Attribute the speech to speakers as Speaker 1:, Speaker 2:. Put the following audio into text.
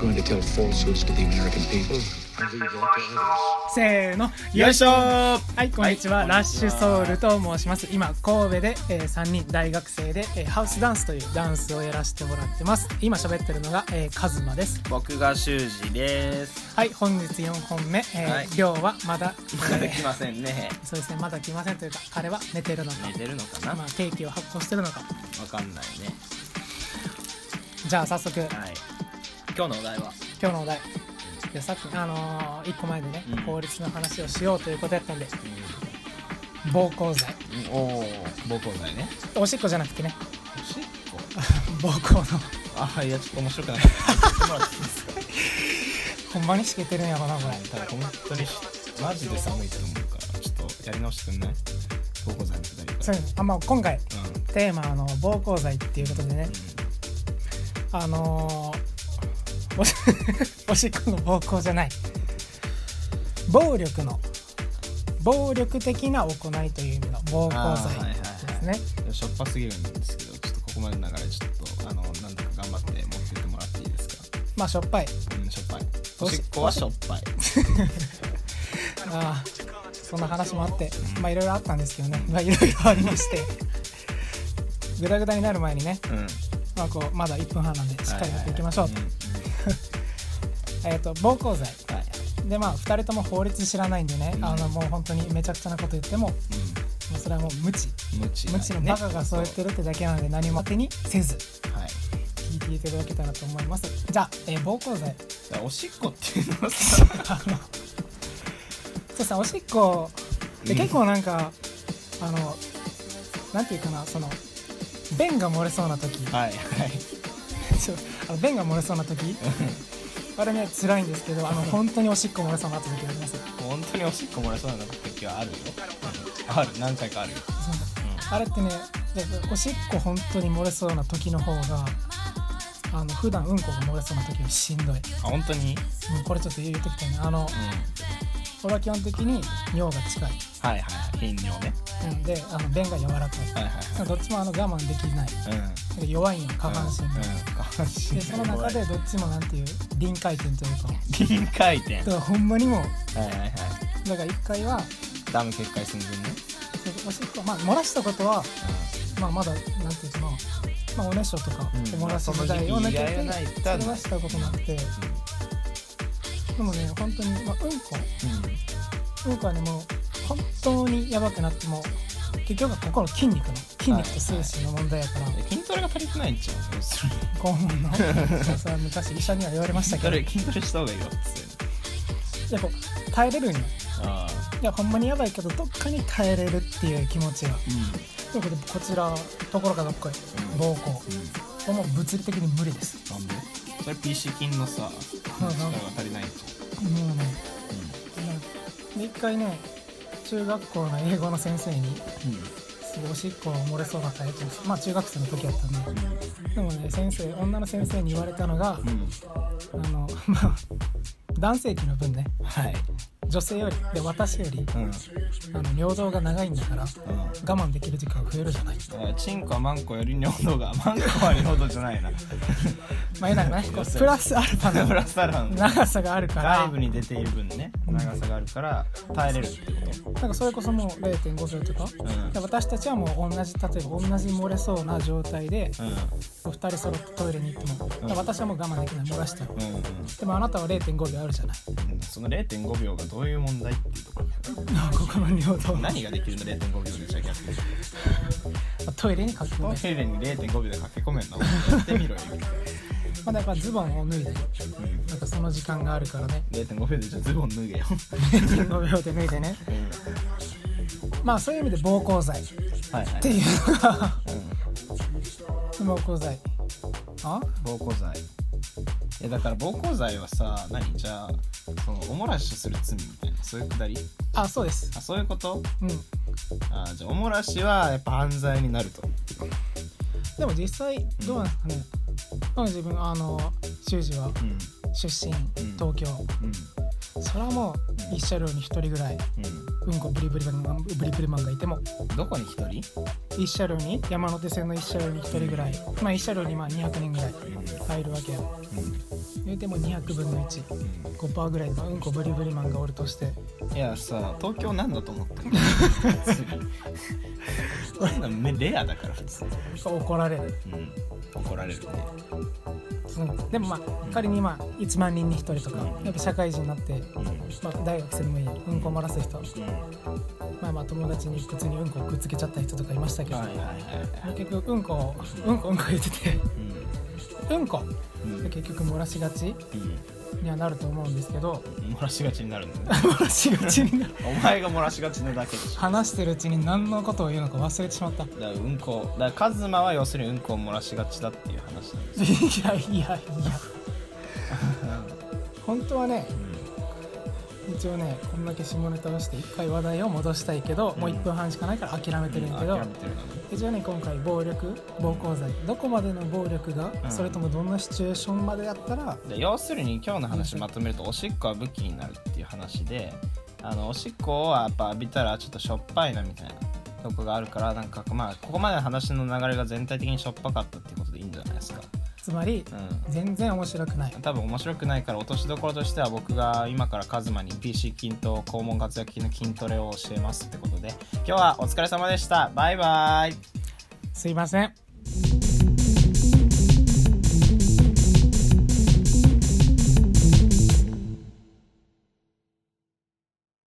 Speaker 1: going to tell falsehoods to the American people and leave that to others.
Speaker 2: せーの
Speaker 3: よいしょー
Speaker 2: はいこんにちは、
Speaker 3: はい
Speaker 2: ラッシュソウルと申します今神戸で、えー3人大学生で、えーハウスダンスというダンスをやらせてもらってます今喋ってるのが、えー、カズマです
Speaker 3: 僕が修二です。
Speaker 2: はい本日4本目、えー
Speaker 3: はい
Speaker 2: 量はまだ、
Speaker 3: まだ
Speaker 2: え
Speaker 3: 来
Speaker 2: ー
Speaker 3: ませんね。
Speaker 2: そうですねまだ来ませんというか彼は寝てるのか
Speaker 3: 寝てるのかな
Speaker 2: まあ、ケーキを発酵してるのか
Speaker 3: わかんないね。
Speaker 2: じゃあ早速
Speaker 3: はい。今日のお題は
Speaker 2: 今日のお題いやさっきあの1個前でね、
Speaker 3: うん
Speaker 2: 法律の話をしようということやったんで暴行罪
Speaker 3: おお暴行罪ね。
Speaker 2: おしっこじゃなくて ね
Speaker 3: おしっこ。
Speaker 2: 暴行の
Speaker 3: あいやちょっと面白くなかった。まあ
Speaker 2: ほんまにしけてるんやろなこれ
Speaker 3: ただ本当にマジで寒いと思うからちょっとやり直してくんない？暴行罪のくだりか
Speaker 2: そう
Speaker 3: ら。
Speaker 2: ですあまあ、今回
Speaker 3: うん。
Speaker 2: テーマあの暴行罪っていうことでねあのーおし おしっこの暴行じゃない暴力の暴力的な行いという意味の暴行罪
Speaker 3: あーはいはい
Speaker 2: ですね
Speaker 3: うんしょっぱすぎるんですけど、ちょっとここまでの流れちょっとあのなんだか頑張って持ってってもらっていいですか？
Speaker 2: まあしょっぱい
Speaker 3: うんしょっぱい。
Speaker 2: お
Speaker 3: お
Speaker 2: し
Speaker 3: しっこはしょっぱい。
Speaker 2: あーそんな話もあってまあいろいろあったんですけどねまあいろいろありましてぐだぐだになる前にね、
Speaker 3: うん。
Speaker 2: まあ、こうまだ1分半なんでしっかりやっていきましょう
Speaker 3: はいはい
Speaker 2: えっと暴行罪
Speaker 3: はい。はい
Speaker 2: でまあ2人とも法律知らないんでね、
Speaker 3: うん
Speaker 2: あのもう本当にめちゃくちゃなこと言ってももうそれはもう無知
Speaker 3: うん無知だね
Speaker 2: 無知のバカがそうやってるってだけなので何も当てにせず
Speaker 3: はい。
Speaker 2: 聞いていただけたらと思いますじゃあ、えー暴行罪
Speaker 3: だからおしっこっていうのはさ、
Speaker 2: あのそうさおしっこで
Speaker 3: うん
Speaker 2: 結構なんか、あのなんていうかなその便が漏れそうな時
Speaker 3: はいはい。
Speaker 2: そうあの便が漏れそうな時あれね辛いんですけどあの本当におしっこ漏れそうになった時あります
Speaker 3: 本当におしっこ漏れそうな時はあるよ。うんある何回かあるよ。
Speaker 2: あれってねでおしっこ本当に漏れそうな時の方があの普段うんこが漏れそうな時はしんどい、
Speaker 3: あ本当に？
Speaker 2: うん、これちょっと言うときたいねあの
Speaker 3: うん。
Speaker 2: 俺は基本的に尿が近い、
Speaker 3: はいはい。頻尿ね。
Speaker 2: うん、であの便が柔らか
Speaker 3: はいはいはい
Speaker 2: どっちもあの我慢できない
Speaker 3: うん。うん
Speaker 2: で弱いんよ下半身が、
Speaker 3: うん下半身
Speaker 2: でその中でどっちもなんていう臨界点というか
Speaker 3: 臨界点。はい
Speaker 2: だからほんまにも
Speaker 3: はいは。
Speaker 2: うだから一回はい
Speaker 3: ダム決壊寸前ね。
Speaker 2: おしっこまあ漏らしたことは、まあ、まだなんていうかなまあおねしょとか
Speaker 3: うん
Speaker 2: おもらし時代を抜け
Speaker 3: まあその時期にやらない
Speaker 2: て
Speaker 3: と
Speaker 2: それはしたことなくて。でもね、本当に、まあ、うんこ、
Speaker 3: う
Speaker 2: うんこはね、もう、本当にやばくなっても、結局はここの筋肉の、筋肉と精神の問題やから、
Speaker 3: ん。うん。筋トレが足りてないんちゃう？それ
Speaker 2: 肛門の、それは昔医者には言われました
Speaker 3: 筋
Speaker 2: け
Speaker 3: ト
Speaker 2: ど、
Speaker 3: レ
Speaker 2: い
Speaker 3: 筋トレした方がいいよっつって。
Speaker 2: や、こう、耐えれるんよ。
Speaker 3: あ
Speaker 2: いや、ほんまにやばいけど、どっかに耐えれるっていう気持ちが。
Speaker 3: あ。うん。
Speaker 2: ということで、こちら、ところがどっこい、
Speaker 3: うん
Speaker 2: 膀胱。こ
Speaker 3: う
Speaker 2: れ
Speaker 3: ん。
Speaker 2: もう物理的に無理です。
Speaker 3: なんでそれ PC 金のさ
Speaker 2: うんう
Speaker 3: 力
Speaker 2: ん
Speaker 3: が足りないんじ
Speaker 2: もうね、
Speaker 3: ゃ
Speaker 2: で、一回ね、中学校の英語の先生に、
Speaker 3: んうん
Speaker 2: すごいおしっこが漏れそうなタイプですまあ中学生の時やったんででもね先生女の先生に言われたのが
Speaker 3: うん
Speaker 2: あの まあ男性器の分ね
Speaker 3: はい
Speaker 2: 女性よりで私より
Speaker 3: うん
Speaker 2: あの尿道が長いんだから
Speaker 3: うん
Speaker 2: 我慢できる時間が増えるじゃない
Speaker 3: だからチンコはマンコより尿道がマンコは尿道じゃないな
Speaker 2: まあえならねこうプラスアルファ
Speaker 3: ブ
Speaker 2: の
Speaker 3: ラスアラン
Speaker 2: 長さがあるから
Speaker 3: 外部に出ている分ね長さがあるから耐えれるってこ
Speaker 2: なんかそれこそもう0.5秒とか
Speaker 3: とうん
Speaker 2: で私たちはもう同じ例えば同じ漏れそうな状態で
Speaker 3: う
Speaker 2: お二人揃ってトイレに行ってもだから私はもう我慢できない漏らしてる
Speaker 3: んうん
Speaker 2: でもあなたは0.5秒あるじゃない
Speaker 3: うんその0.5秒がどういう問題っていうところ
Speaker 2: ここの尿道の
Speaker 3: 何ができるの0.5秒でじゃあ逆に
Speaker 2: トイレに書き込める、
Speaker 3: トイレに0.5秒で駆け込めんのやってみろよ、
Speaker 2: まあ、だからズボンを脱いで
Speaker 3: うん、
Speaker 2: なんかその時間があるからね
Speaker 3: 0.5秒でじゃあズボン脱げよ、
Speaker 2: 0.5秒で脱いでね
Speaker 3: うん
Speaker 2: まあそういう意味で暴行罪っ
Speaker 3: はいはい
Speaker 2: ていうのが暴行罪あ
Speaker 3: 暴行罪えだから暴行罪はさ何じゃあそのおもらしをする罪みたいなそういうくだり
Speaker 2: あそうです
Speaker 3: あそういうこと
Speaker 2: うん
Speaker 3: あじゃあおもらしはやっぱ犯罪になると
Speaker 2: でも実際どうなんですかね、まあ自分あの修二は
Speaker 3: うん
Speaker 2: 出身
Speaker 3: うん
Speaker 2: 東京、
Speaker 3: うん
Speaker 2: それはもう一車両に一人ぐらい
Speaker 3: うん
Speaker 2: うんこブリブリマンブリブリマンがいても
Speaker 3: どこに一人
Speaker 2: 一車両に山手線の一車両に1人ぐらいまあ一車両にまあ200人ぐらい入るわけよ言うても200分の15%ぐらいのうんこブリブリマンがおるとして
Speaker 3: いやさ東京なんだと思ってるそ んなめレアだから普通、
Speaker 2: 怒られる
Speaker 3: うん、怒られるね
Speaker 2: うんでもまあ仮にまあ1万人に1人とかやっぱ社会人になって、
Speaker 3: うん
Speaker 2: まあ、大学生でもいいうんこ漏らす人
Speaker 3: は
Speaker 2: まあまあ友達に普通にうんこくっつけちゃった人とかいましたけ
Speaker 3: い
Speaker 2: ど、
Speaker 3: はいはい、
Speaker 2: 結局うんこをうんこうんこ言っててうんこ
Speaker 3: うんうん
Speaker 2: で結局漏らしがちにはなると思うんですけど
Speaker 3: うん、漏らしがちになるんだね
Speaker 2: 漏らしがちになる
Speaker 3: お前が漏らしがちなだけでしょ
Speaker 2: 話してるうちに何のことを言うのか忘れてしまった い
Speaker 3: だからうんこだからカズマは要するにうんこを漏らしがちだっていう話なんで すよ、
Speaker 2: やいやいや本当はね一応ねこんだけ下ネタをして一回話題を戻したいけど、もう1分半しかないから諦めてるんだけど、
Speaker 3: 諦めてるのね
Speaker 2: 一応ね今回暴力暴行罪どこまでの暴力が、
Speaker 3: うん
Speaker 2: それともどんなシチュエーションまでだったら
Speaker 3: で要するに今日の話まとめるとおしっこは武器になるっていう話であのおしっこはやっぱ浴びたらちょっとしょっぱいなみたいなとこがあるからなんかまあここまでの話の流れが全体的にしょっぱかったっていうことでいいんじゃないですか
Speaker 2: つまり
Speaker 3: うん
Speaker 2: 全然面白くない
Speaker 3: 多分面白くないから落としどころとしては僕が今からカズマに PC 筋と肛門活躍筋の筋トレを教えますってことで今日はお疲れ様でしたバイバイ
Speaker 2: すいません